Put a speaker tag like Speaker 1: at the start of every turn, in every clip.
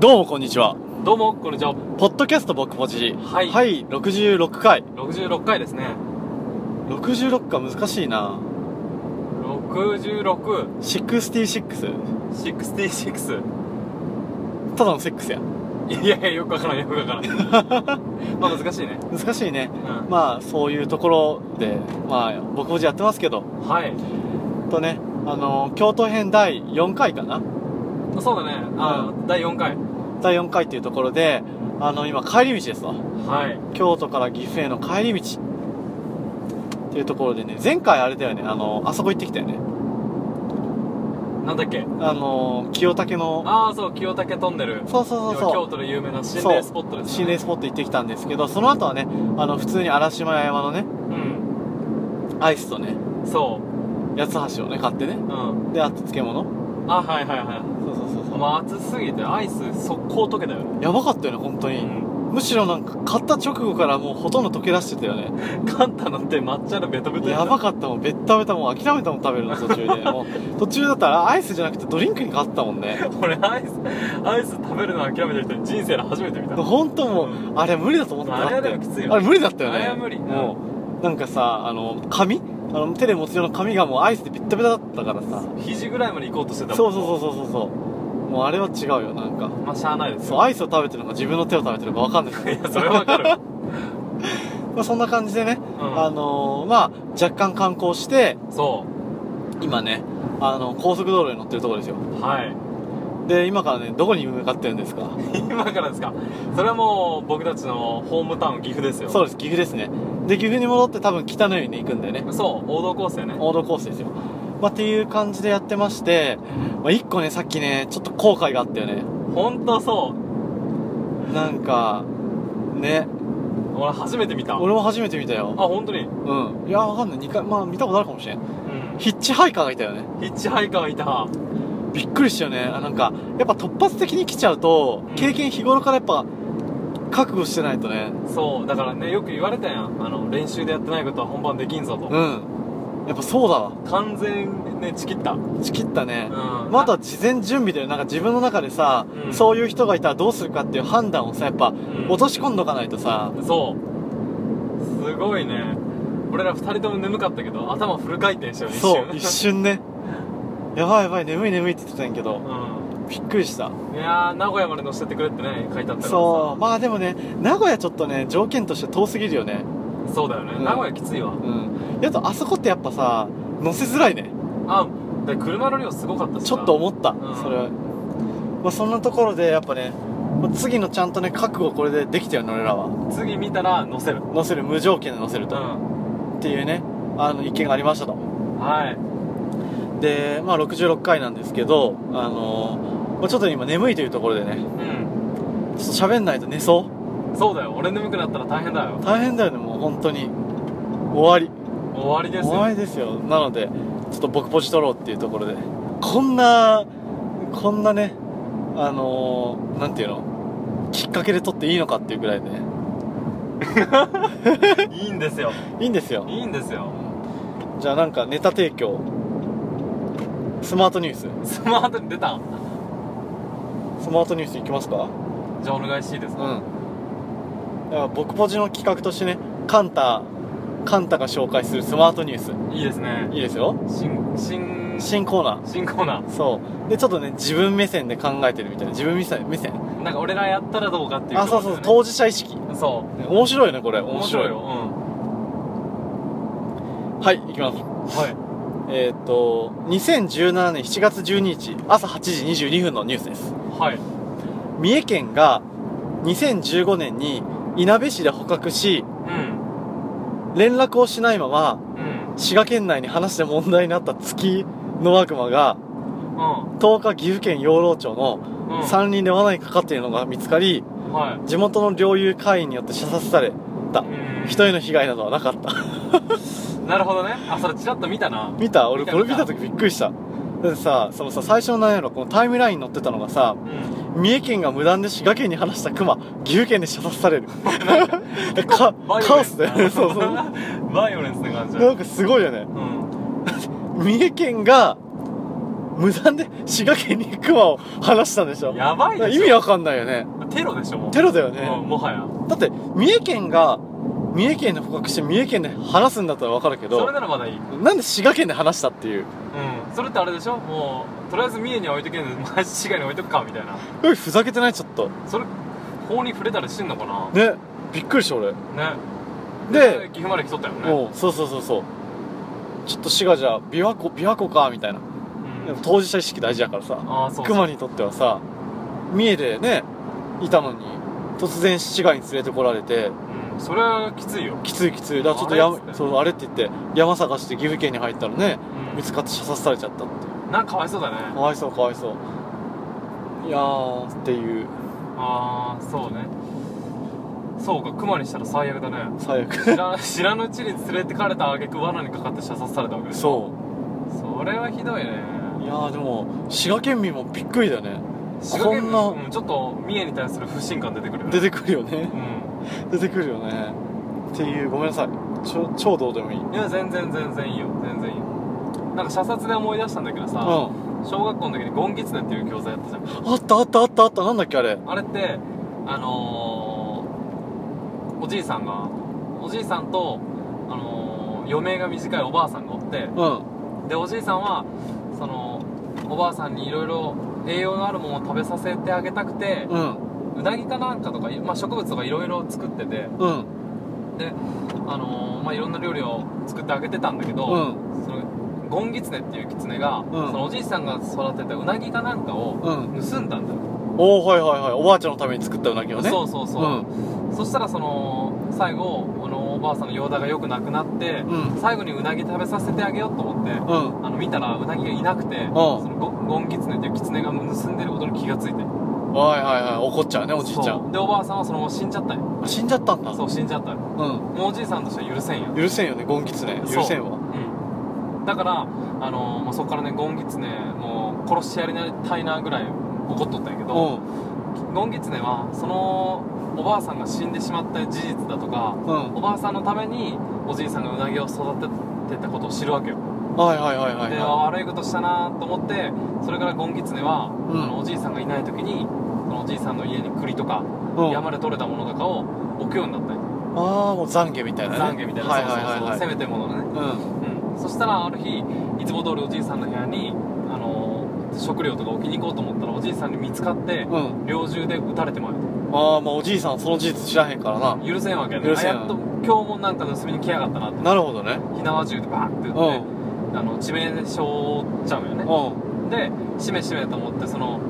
Speaker 1: どうもこんにちは。
Speaker 2: どうもこんにちは
Speaker 1: ポッドキャスト僕ポジ。
Speaker 2: はい
Speaker 1: はい、66回。
Speaker 2: 66回ですね
Speaker 1: 66か難しいな。
Speaker 2: 6666
Speaker 1: 66? ただのセックスや。
Speaker 2: いやいやよくわからんよくわからん まあ難しいね、
Speaker 1: 難しいね
Speaker 2: う。ん、
Speaker 1: まあ、そういうところで、まあ、僕ポジやってますけど、
Speaker 2: はい
Speaker 1: とね、あの、京都編第4回かな
Speaker 2: そうだねあ、第4回
Speaker 1: 第4回っていうところで、あの、今帰り道ですわ。
Speaker 2: はい
Speaker 1: 京都から岐阜への帰り道。っていうところでね、前回あれだよね、あの、あそこ行ってきたよね。
Speaker 2: なんだっけ
Speaker 1: あの、清武の、
Speaker 2: ああそう清武トンネル
Speaker 1: そうそうそうそう。
Speaker 2: 京都で有名な心霊スポットです
Speaker 1: 心
Speaker 2: よね
Speaker 1: 霊スポット行ってきたんですけどその後はねあの普通に荒島山のね
Speaker 2: うん
Speaker 1: アイスとね
Speaker 2: そ
Speaker 1: 八つ橋をね買ってね
Speaker 2: ううん
Speaker 1: であと漬物
Speaker 2: あはいはいは
Speaker 1: そうそうそう
Speaker 2: い
Speaker 1: そう、
Speaker 2: もう暑すぎてアイス速攻溶けたよね、
Speaker 1: やばかったよね本当
Speaker 2: う
Speaker 1: に、
Speaker 2: ん、
Speaker 1: むしろなんか買った直後からもうほとんど溶け出してたよね
Speaker 2: カンタなんて抹茶のベトベト
Speaker 1: やば
Speaker 2: く
Speaker 1: かったもんべったべたもう諦めたもん食べるの途中でもう途中だったらアイスじゃなくてドリンクに変わったもんね
Speaker 2: 俺アイスアイス食べるの諦めた人人生で初めて見た
Speaker 1: 本当もう、あれ無理だと思った
Speaker 2: あれ
Speaker 1: だ
Speaker 2: は
Speaker 1: って
Speaker 2: でもきついよね
Speaker 1: あれ無理だったよね
Speaker 2: あれは無理
Speaker 1: もうなんかさあの紙あの手で持つ用の紙がもうアイスでべったべただったからさ
Speaker 2: 肘ぐらいまで行こうとしてたもん
Speaker 1: そうそうそうそうそうもうあれは違うよなんか
Speaker 2: まあしゃあないです
Speaker 1: そうアイスを食べてるのか自分の手を食べてるのか分かんない
Speaker 2: い
Speaker 1: け
Speaker 2: やそれはわかる、
Speaker 1: ど、 まあ、そんな感じでね、あ
Speaker 2: う
Speaker 1: のー、まあ若干観光して
Speaker 2: ん、そ
Speaker 1: 今ねあの高速道路に乗ってるところですよ
Speaker 2: うはい
Speaker 1: で今からねどこに向かってるんですか
Speaker 2: 今からですかそれはもう僕たちのホームタウン岐阜ですよ
Speaker 1: そうです岐阜ですねで岐阜に戻って多分北の湯に行くんだよね
Speaker 2: そう王道コースだよね
Speaker 1: 王道コースですよまあっていう感じでやってまして、まあ、一個ねさっきねちょっと後悔があったよね
Speaker 2: 本当そ
Speaker 1: なんかね
Speaker 2: う俺初めて見たあ
Speaker 1: 俺も初めて見たよ
Speaker 2: 本当に
Speaker 1: うんいやわかんない二回まあ見たことあるかもしれん
Speaker 2: うん
Speaker 1: ヒッチハイカーがいたよね
Speaker 2: ヒッチハイカーがいた
Speaker 1: びっくりしたよねあなんかやっぱ突発的に来ちゃうと
Speaker 2: うん
Speaker 1: 経験日頃からやっぱ覚悟してないとね
Speaker 2: そうだからねよく言われたやんあの練習でやってないことは本番できんぞと、
Speaker 1: うんやっぱそうだわ
Speaker 2: 完全にねちきった、うん、
Speaker 1: 打ち切ったね、まあ、
Speaker 2: ま
Speaker 1: あとは事前準備でなんか自分の中でさ、
Speaker 2: うん
Speaker 1: そういう人がいたらどうするかっていう判断をさやっぱ
Speaker 2: ん
Speaker 1: 落とし込んどかないとさ、
Speaker 2: そうすごいね俺ら二人とも眠かったけど頭フル回転したよね
Speaker 1: そう
Speaker 2: 一
Speaker 1: 一
Speaker 2: 瞬
Speaker 1: 瞬ねやばいやばい眠い眠いって言ってたんやけど
Speaker 2: う
Speaker 1: びっくりした
Speaker 2: んいやー名古屋まで乗せてくれってね書いてあったからさ
Speaker 1: そうまあでもね名古屋ちょっとね条件として遠すぎるよね
Speaker 2: そうだよね、
Speaker 1: うん
Speaker 2: 名古屋きついわ
Speaker 1: うんやっとあそこってやっぱさ乗せづらいね
Speaker 2: あで車の量すごかったしな
Speaker 1: ちょっと思った、
Speaker 2: ん
Speaker 1: それは、まあ、そんなところでやっぱねまあ次のちゃんとね覚悟これでできたよね俺らは
Speaker 2: 次見たら乗せるう
Speaker 1: 乗せる無条件で乗せる
Speaker 2: ん
Speaker 1: と、っていうねあの意見がありましたと
Speaker 2: はい
Speaker 1: でまあ66回なんですけどあのーまあ、ちょっと今眠いというところでねちょ
Speaker 2: う
Speaker 1: っと喋んないと寝そ
Speaker 2: んそうだよ俺眠くなったら大変だよ
Speaker 1: う大変だよねもう本当に終わ
Speaker 2: 終わり
Speaker 1: り
Speaker 2: です
Speaker 1: 終
Speaker 2: よ
Speaker 1: わりですよなのでちょっと僕ポジ取ろうっていうところでこんなこんなねあのー、なんていうのきっかけで取っていいのかっていうぐらいでね
Speaker 2: いいんですよ
Speaker 1: いいんですよ
Speaker 2: いいんですよ
Speaker 1: じゃあなんかネタ提供スマートニュース
Speaker 2: スマートに出た
Speaker 1: スマートニュースいきますか
Speaker 2: じゃあお願いしていいです
Speaker 1: うんだ
Speaker 2: か、
Speaker 1: から僕ポジの企画としてねカンタカンタが紹介するスマートニュース
Speaker 2: いいですね
Speaker 1: いいですよ
Speaker 2: 新新
Speaker 1: 新コーナ
Speaker 2: 新コーナ
Speaker 1: ーそうでちょっとね自分目線で考えてるみたいな自分目線目線
Speaker 2: ーなんか俺らやったらどうかっていう
Speaker 1: あそうそうそう
Speaker 2: そう
Speaker 1: 当事者意識
Speaker 2: そ
Speaker 1: 面白いねこれ
Speaker 2: う
Speaker 1: 面白いよ
Speaker 2: 面
Speaker 1: はい行きます
Speaker 2: 白いよ
Speaker 1: えーっと2017年7月12日朝8時22分のニュースです
Speaker 2: うんはいはい
Speaker 1: 三重県が2015年にいなべ市で捕獲し
Speaker 2: うん
Speaker 1: 連絡をしないまま
Speaker 2: うん
Speaker 1: 滋賀県内に話して問題になった月の悪魔が10日岐阜県養老町の
Speaker 2: うんうん
Speaker 1: 山林で罠にかかっているのが見つかり
Speaker 2: はい
Speaker 1: 地元の猟友会員によって射殺された
Speaker 2: うん
Speaker 1: 人への被害などはなかった
Speaker 2: なるほどねあそれちらっと見たな
Speaker 1: 見た俺
Speaker 2: 見た
Speaker 1: これ見た時びっくりしただってさそのさ最初の何やろこのタイムラインに載ってたのがさ
Speaker 2: うん
Speaker 1: 三重県が無断で滋賀県に話した熊岐阜県で射殺され るか カオスだよねそうそう
Speaker 2: バイオレンスな感じだ
Speaker 1: な
Speaker 2: よ
Speaker 1: んかすごいよね
Speaker 2: うん
Speaker 1: 三重県が無断で滋賀県にクマを話したんでしょ
Speaker 2: やばいでしょ
Speaker 1: 意味わかんないよね
Speaker 2: テロでしょもう
Speaker 1: テロだよね
Speaker 2: もうもはや
Speaker 1: だって三重県が三重県で捕獲して三重県で話すんだったらわかるけ
Speaker 2: それ
Speaker 1: ど
Speaker 2: ならまだいいうん
Speaker 1: なんで滋賀県で話したっていう
Speaker 2: それってあれでしょもうとりあえず三重には置いとけんでマジ市街に置いとくかみたいな
Speaker 1: おいふざけてないちょっと
Speaker 2: それ法に触れたりしてんのかなね
Speaker 1: ねびっくりした俺で
Speaker 2: 岐阜まで来とったよね
Speaker 1: もうそうそうそうそうちょっと滋賀じゃ琵琶湖琵琶湖かみたいな
Speaker 2: うん
Speaker 1: でも当事者意識大事やからさ
Speaker 2: ああそうそう
Speaker 1: 熊にとってはさ三重でねいたのに突然滋賀に連れてこられて
Speaker 2: うんそれはきついよ
Speaker 1: きついきついだからちょっとや
Speaker 2: あれっつって
Speaker 1: そうあれって言って山探して岐阜県に入ったらね
Speaker 2: うん
Speaker 1: 見つかって射殺されちゃったって
Speaker 2: なんかかわいそうだね
Speaker 1: かわいそうかわいそういやーっていう
Speaker 2: ああそうねそうか熊にしたら最悪だね
Speaker 1: 最
Speaker 2: 知
Speaker 1: 悪
Speaker 2: ら知らぬうちに連れてかれた挙句罠にかかって射殺されたわけでしょ
Speaker 1: そ
Speaker 2: それはひどいね
Speaker 1: ういやーでも滋賀県民もびっくりだよね
Speaker 2: 滋賀県民
Speaker 1: こんな
Speaker 2: うん、ちょっと三重に対する不信感出てくるよね
Speaker 1: 出てくるよ ね
Speaker 2: う
Speaker 1: 出てくるよねっていうごめんなさいちょ超どうでもいいうん
Speaker 2: いや全然全然いいよ全然いいよなんか射殺で思い出したんだけどさ、
Speaker 1: あ
Speaker 2: 小学校の時にゴンギツネっていう教材やったじゃん
Speaker 1: ったあったあったあったなんだっけあれ
Speaker 2: あれってあのー、おじいさんがおじいさんとあのー、余命が短いおばあさんがおって
Speaker 1: うん
Speaker 2: でおじいさんはそのおばあさんにいろいろ栄養のあるものを食べさせてあげたくて、
Speaker 1: うん
Speaker 2: うなぎかなんかとか、まあ、植物とかいろいろ作ってて
Speaker 1: うん
Speaker 2: であのーまあ、いろんな料理を作ってあげてたんだけど、
Speaker 1: うん
Speaker 2: そのゴンギツネっていうキツネが、そのおじいさんが育てたうなぎかなんかを
Speaker 1: うん
Speaker 2: 盗んだんだよ、
Speaker 1: おおはいはいはいおばあちゃんのために作ったうなぎをね
Speaker 2: そうそうそう、そしたらその最後あのおばあさんの容体が良くなくなって、
Speaker 1: うんうん
Speaker 2: 最後にうなぎ食べさせてあげようと思って
Speaker 1: うん
Speaker 2: あの見たらうなぎがいなくて、そのゴゴンギツネっていうキツネが盗んでることに気がついて
Speaker 1: はいはいはい怒っちゃうねおじいちゃん
Speaker 2: そうでおばあさんはそのまま死んじゃったよ
Speaker 1: あ死んじゃったんだ
Speaker 2: そう死んじゃったよ
Speaker 1: う
Speaker 2: もうおじいさんとしては許せんよ
Speaker 1: ん許せんよねゴンギツネ
Speaker 2: そう
Speaker 1: 許せんわ
Speaker 2: うんだから、あのーまあ、そこからねゴンギツネもう殺してやりたいなぐらい怒っとったんやけ
Speaker 1: う
Speaker 2: ど、
Speaker 1: ん
Speaker 2: ゴンギツネはそのおばあさんが死んでしまった事実だとか
Speaker 1: うん
Speaker 2: おばあさんのためにおじいさんがうなぎを育ててたことを知るわけよ、
Speaker 1: はいはいはいはい
Speaker 2: で
Speaker 1: は
Speaker 2: 悪いことしたなと思ってそれからゴンギツネは、
Speaker 1: うん
Speaker 2: あのおじいさんがいない時にそのおじいさんの家に栗とか、
Speaker 1: いうん
Speaker 2: 山で採れたものとかを置くようになったり
Speaker 1: ああもう懺悔みたいなね
Speaker 2: 懺悔みたいな、
Speaker 1: はいはい
Speaker 2: そうそうそう
Speaker 1: はいは
Speaker 2: せ
Speaker 1: い
Speaker 2: めてものね
Speaker 1: うん
Speaker 2: うん、そしたらある日いつも通りおじいさんの部屋に、あのー食料とか置きに行こうと思ったらおじいさんに見つかって、
Speaker 1: うん
Speaker 2: 猟銃で撃たれてまいる
Speaker 1: ああまあおじいさんその事実知らへんからな
Speaker 2: 許せんわけやね
Speaker 1: 許せん
Speaker 2: あやっと今日もなんか盗みに来やがったなって
Speaker 1: なるほどね
Speaker 2: 火縄銃でバーンって
Speaker 1: う
Speaker 2: 撃
Speaker 1: ん
Speaker 2: ってあの致命傷を負っちゃうのよね
Speaker 1: う
Speaker 2: でしめしめと思ってその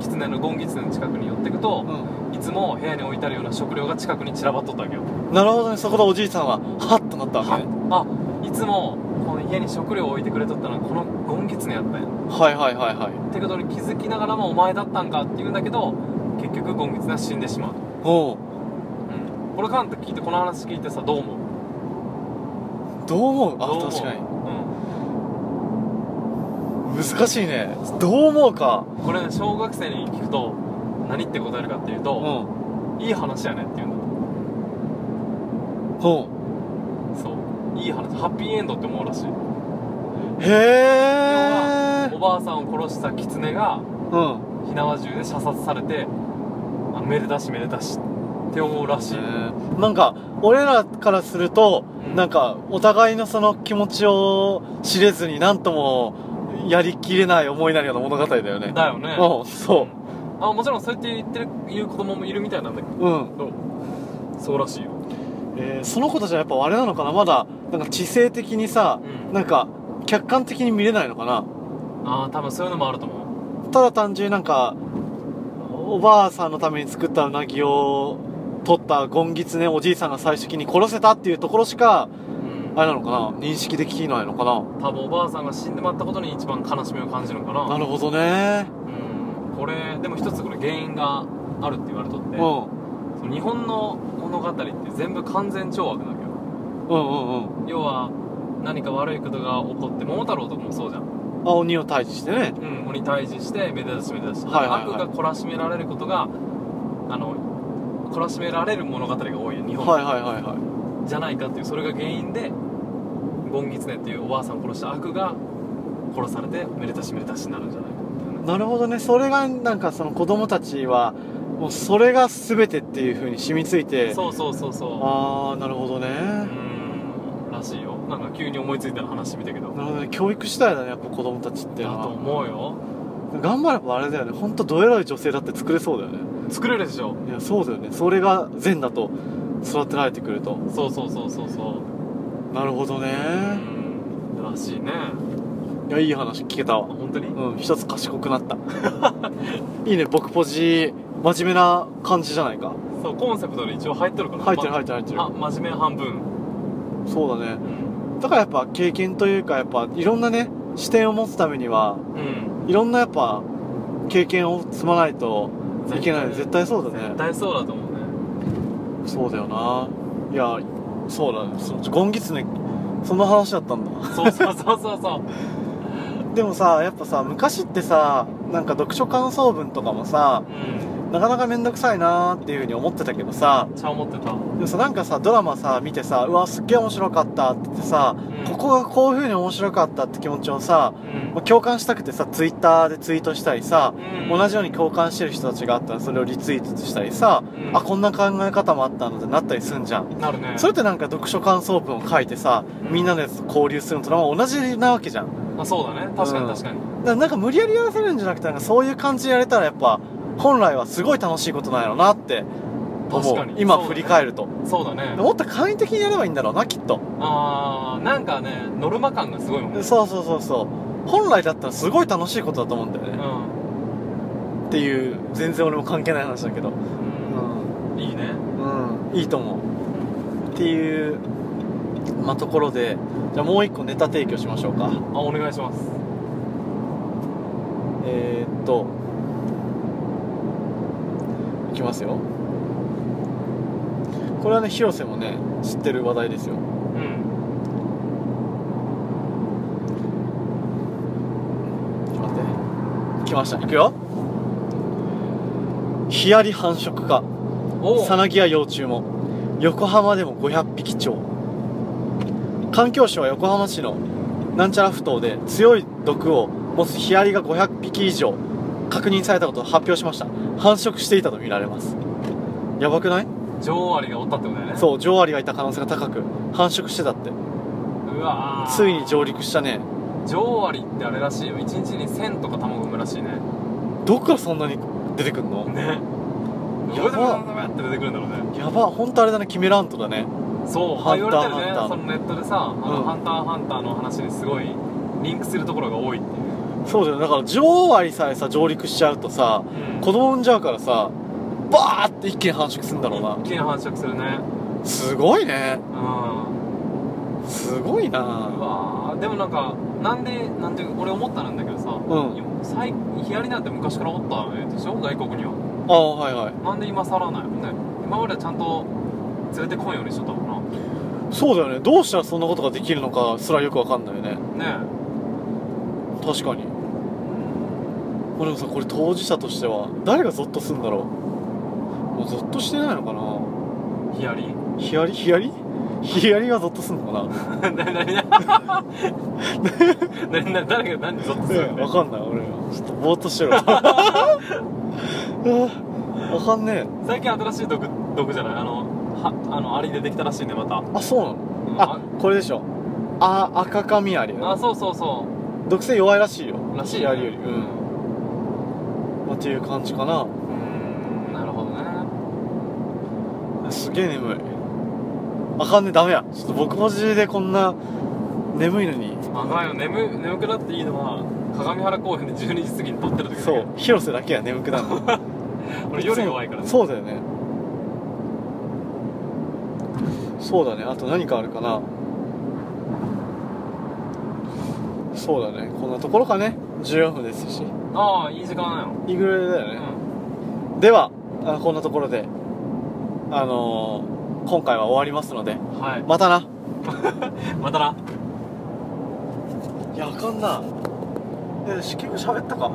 Speaker 2: 狐のゴンギツネの近くに寄ってくと
Speaker 1: んう
Speaker 2: いつも部屋に置いてあるような食料が近くに散らばっとったわけよ
Speaker 1: んなるほどねそこでおじいさんはハッとなったわけね
Speaker 2: あいつもこの家に食料を置いてくれとったのはこのゴンギツネやったんや
Speaker 1: はいはいはいはい
Speaker 2: ってことに気づきながらもお前だったんかって言うんだけど結局ゴンギツネは死んでしまう、
Speaker 1: おう
Speaker 2: うん、これカント聞いてこの話聞いてさどう思う
Speaker 1: どう思う
Speaker 2: どう思
Speaker 1: あ
Speaker 2: う
Speaker 1: 確かに
Speaker 2: う
Speaker 1: 難しいねどう思うか
Speaker 2: ん、これね小学生に聞くと何って答えるかっていう
Speaker 1: うん
Speaker 2: と、いい話やねって言うん
Speaker 1: う
Speaker 2: だそういい話ハッピーエンドって思うらしい
Speaker 1: んへえ
Speaker 2: おばあさんを殺した狐が
Speaker 1: うん
Speaker 2: 火縄銃で射殺されてあめでたしめでたしって思うらしい、
Speaker 1: なんか俺らからすると、
Speaker 2: うん
Speaker 1: なんかお互いのその気持ちを知れずに何ともやりきれない思いになるような物語だよね
Speaker 2: だよね
Speaker 1: うんそ
Speaker 2: あもちろんそうやって言ってる言う子供もいるみたいなんだけ
Speaker 1: ううん、
Speaker 2: どそうらしいよ
Speaker 1: えーその子たちはやっぱあれなのかなまだなんか知性的にさ
Speaker 2: うん
Speaker 1: なんか客観的に見れないのかな
Speaker 2: ああ多分そういうのもあると思う
Speaker 1: ただ単純になんかおばあさんのために作ったうなぎを取ったゴンギツネおじいさんが最終的に殺せたっていうところしか
Speaker 2: うん
Speaker 1: あれなのかな認識できないのかな
Speaker 2: 多分おばあさんが死んでまったことに一番悲しみを感じるのかな
Speaker 1: なるほどね
Speaker 2: うんこれでも一つこれ原因があるって言われとっ
Speaker 1: う
Speaker 2: て
Speaker 1: ん
Speaker 2: その日本の物語って全部完全懲悪なわけよ
Speaker 1: うんうんうん
Speaker 2: 要は何か悪いことが起こって桃太郎とかもそうじゃん、
Speaker 1: あ鬼を退治してね
Speaker 2: うん、鬼退治してめでたしめでたし、
Speaker 1: はいはいはい
Speaker 2: 悪が懲らしめられることがあの懲らしめられる物語が多いよ日本、
Speaker 1: はいはいはいはい
Speaker 2: じゃないかっていうそれが原因でゴンギツネっていうおばあさんを殺した悪が殺されてめでたしめでたしになるんじゃないかみたい
Speaker 1: なるほどねそれがなんかその子供たちはもうそれが全てっていう風に染みついて
Speaker 2: なそうそうそうそ
Speaker 1: ああなるほどね、
Speaker 2: ううーんらしいよなんか急に思いついたら話してみたけど
Speaker 1: なるほどね教育次第だねやっぱ子供たちって
Speaker 2: だ
Speaker 1: のは
Speaker 2: と思うよ
Speaker 1: 頑張ればあれだよね本当どえらい女性だって作れそうだよね
Speaker 2: 作れるでしょ
Speaker 1: いやそうだよねそれが善だと育てられてくると
Speaker 2: そうそうそうそうそう
Speaker 1: なるほどね
Speaker 2: うんらしいね
Speaker 1: いやいい話聞けた
Speaker 2: あ
Speaker 1: わ
Speaker 2: 本当に
Speaker 1: うん一つ賢くなった いいね僕ポジ真面目な感じじゃないか
Speaker 2: そうコンセプトで一応入ってるから
Speaker 1: 入ってる
Speaker 2: ま
Speaker 1: 入ってる入ってる
Speaker 2: あ真面目半分
Speaker 1: そうだね
Speaker 2: うん
Speaker 1: だからやっぱ経験というかやっぱいろんなね視点を持つためには
Speaker 2: うん
Speaker 1: いろんなやっぱ経験を積まないといけない
Speaker 2: 絶
Speaker 1: 絶
Speaker 2: 対
Speaker 1: 対そうだね
Speaker 2: 絶対そうだと思うね
Speaker 1: そうだよないやそうだねそゴンギツネそんな話だったんだ
Speaker 2: そうそうそうそうそう
Speaker 1: でもさやっぱさ昔ってさなんか読書感想文とかもさ
Speaker 2: うん
Speaker 1: なかなか面倒くさいなーっていう風に思ってたけどさ
Speaker 2: 茶を持ってた
Speaker 1: でもさなんかさドラマさ見てさうわすっげえ面白かったって言ってさ、
Speaker 2: ん
Speaker 1: ここがこういう風に面白かったって気持ちをさ
Speaker 2: うん
Speaker 1: まあ共感したくてさツイッターでツイートしたりさ
Speaker 2: うん
Speaker 1: 同じように共感してる人たちがあったらそれをリツイートしたりさ、
Speaker 2: うん
Speaker 1: あこんな考え方もあったのってなったりすんじゃん
Speaker 2: なるね
Speaker 1: それってなんか読書感想文を書いてさみんなのやつと交流するのと同じなわけじゃんだか
Speaker 2: あそうだね確か
Speaker 1: うん
Speaker 2: に確かに、
Speaker 1: らなんか無理やりやらせるんじゃなくてなんかそういう感じでやれたらやっぱ本来はすごい楽しいことなんやろなって思
Speaker 2: 確
Speaker 1: う
Speaker 2: かに
Speaker 1: 今
Speaker 2: そうだね
Speaker 1: 振り返ると、
Speaker 2: そうだね
Speaker 1: もっと簡易的にやればいいんだろうなきっと
Speaker 2: あーなんかねノルマ感がすごいもんね
Speaker 1: そうそうそうそう本来だったらすごい楽しいことだと思うんだよね、っていう全然俺も関係ない話だけど
Speaker 2: うん、うん、いいね
Speaker 1: うん、いいと思うっていう、まあ、ところでじゃあもう一個ネタ提供しましょうか
Speaker 2: あお願いします
Speaker 1: えー、っといきますよこれはね広瀬もね知ってる話題ですよ
Speaker 2: うん
Speaker 1: ちょっと待って来ましたいくよヒアリ繁殖か
Speaker 2: おう
Speaker 1: サナギや幼虫も横浜でも500匹超環境省は横浜市のなんちゃらふ頭で強い毒を持つヒアリが500匹以上確認されたことを発表しました繁殖していたとみられますやばくない
Speaker 2: 女王アリがおったってことだよね
Speaker 1: そう女王アリがいた可能性が高く繁殖してたって
Speaker 2: うわー
Speaker 1: ついに上陸したね
Speaker 2: 女王アリってあれらしいよ1日に1000とか卵産むらしいね
Speaker 1: どっからそんなに出てくんの
Speaker 2: ね
Speaker 1: やば
Speaker 2: どうでもどうって出てくるんだろうね
Speaker 1: やばほんとあれだねキメラントだね
Speaker 2: そう
Speaker 1: ハ
Speaker 2: あ
Speaker 1: ンタ
Speaker 2: 言
Speaker 1: ー
Speaker 2: われてる
Speaker 1: ハ
Speaker 2: ね
Speaker 1: ンター
Speaker 2: そのネットでさあの、
Speaker 1: うん
Speaker 2: ハンターハンターの話にすごいリンクするところが多いっていう
Speaker 1: そうだよだから女王アリさえさ上陸しちゃうとさ
Speaker 2: うん
Speaker 1: 子供産んじゃうからさバーって一気に繁殖するんだろうな
Speaker 2: 一気に繁殖するね
Speaker 1: すごいね
Speaker 2: うん
Speaker 1: すごいうな
Speaker 2: わーでもなんかなんでなんていうか俺思ったんだけどさ、
Speaker 1: うん
Speaker 2: 今最ヒアリなんて昔からおったでしょ外国には
Speaker 1: ああはいはい
Speaker 2: なんで今更なんやろね今まではちゃんと連れてこんようにしとったもん
Speaker 1: そうだよねどうしたらそんなことができるのかすらよくわかんないよね
Speaker 2: なね
Speaker 1: 確かにまあでもさこれ当事者としては誰がゾッとするんだろうもうゾッとしてないのかな
Speaker 2: えヒアリ
Speaker 1: ヒヤリヒヤリヒヤリがゾッとすんのかな
Speaker 2: 何 何何何何誰が何ゾッとす
Speaker 1: ええ
Speaker 2: るの
Speaker 1: わかんない俺ちょっとぼーっとしてるわうんわかんねえ
Speaker 2: 最近新しい毒毒じゃないあのはあのアリでできたらしいねまた、うん
Speaker 1: あそうなのあこれでしょあ赤髪アリ
Speaker 2: ああそうそうそ
Speaker 1: 毒性弱いらしいよ
Speaker 2: うらしい
Speaker 1: ヒアリより
Speaker 2: うん
Speaker 1: まあっていう感じかな
Speaker 2: うんなるほどね
Speaker 1: すげえ眠いあかんねダメやちょっと僕文字でこんな眠いのに
Speaker 2: あかんよ眠眠くなっていいのは鏡原公園で12時過ぎに撮ってる時だけ
Speaker 1: そう広瀬だけは眠くなるの
Speaker 2: 俺夜弱いからね
Speaker 1: そうだよねそうだねあと何かあるかなそうだねこんなところかね14分ですし
Speaker 2: ああいい時間なの
Speaker 1: いいぐらいだよ
Speaker 2: う
Speaker 1: ね、
Speaker 2: ん
Speaker 1: ではあこんなところであのー今回は終わりますので
Speaker 2: はい
Speaker 1: またな
Speaker 2: またない
Speaker 1: やあかんなえ結局喋ったか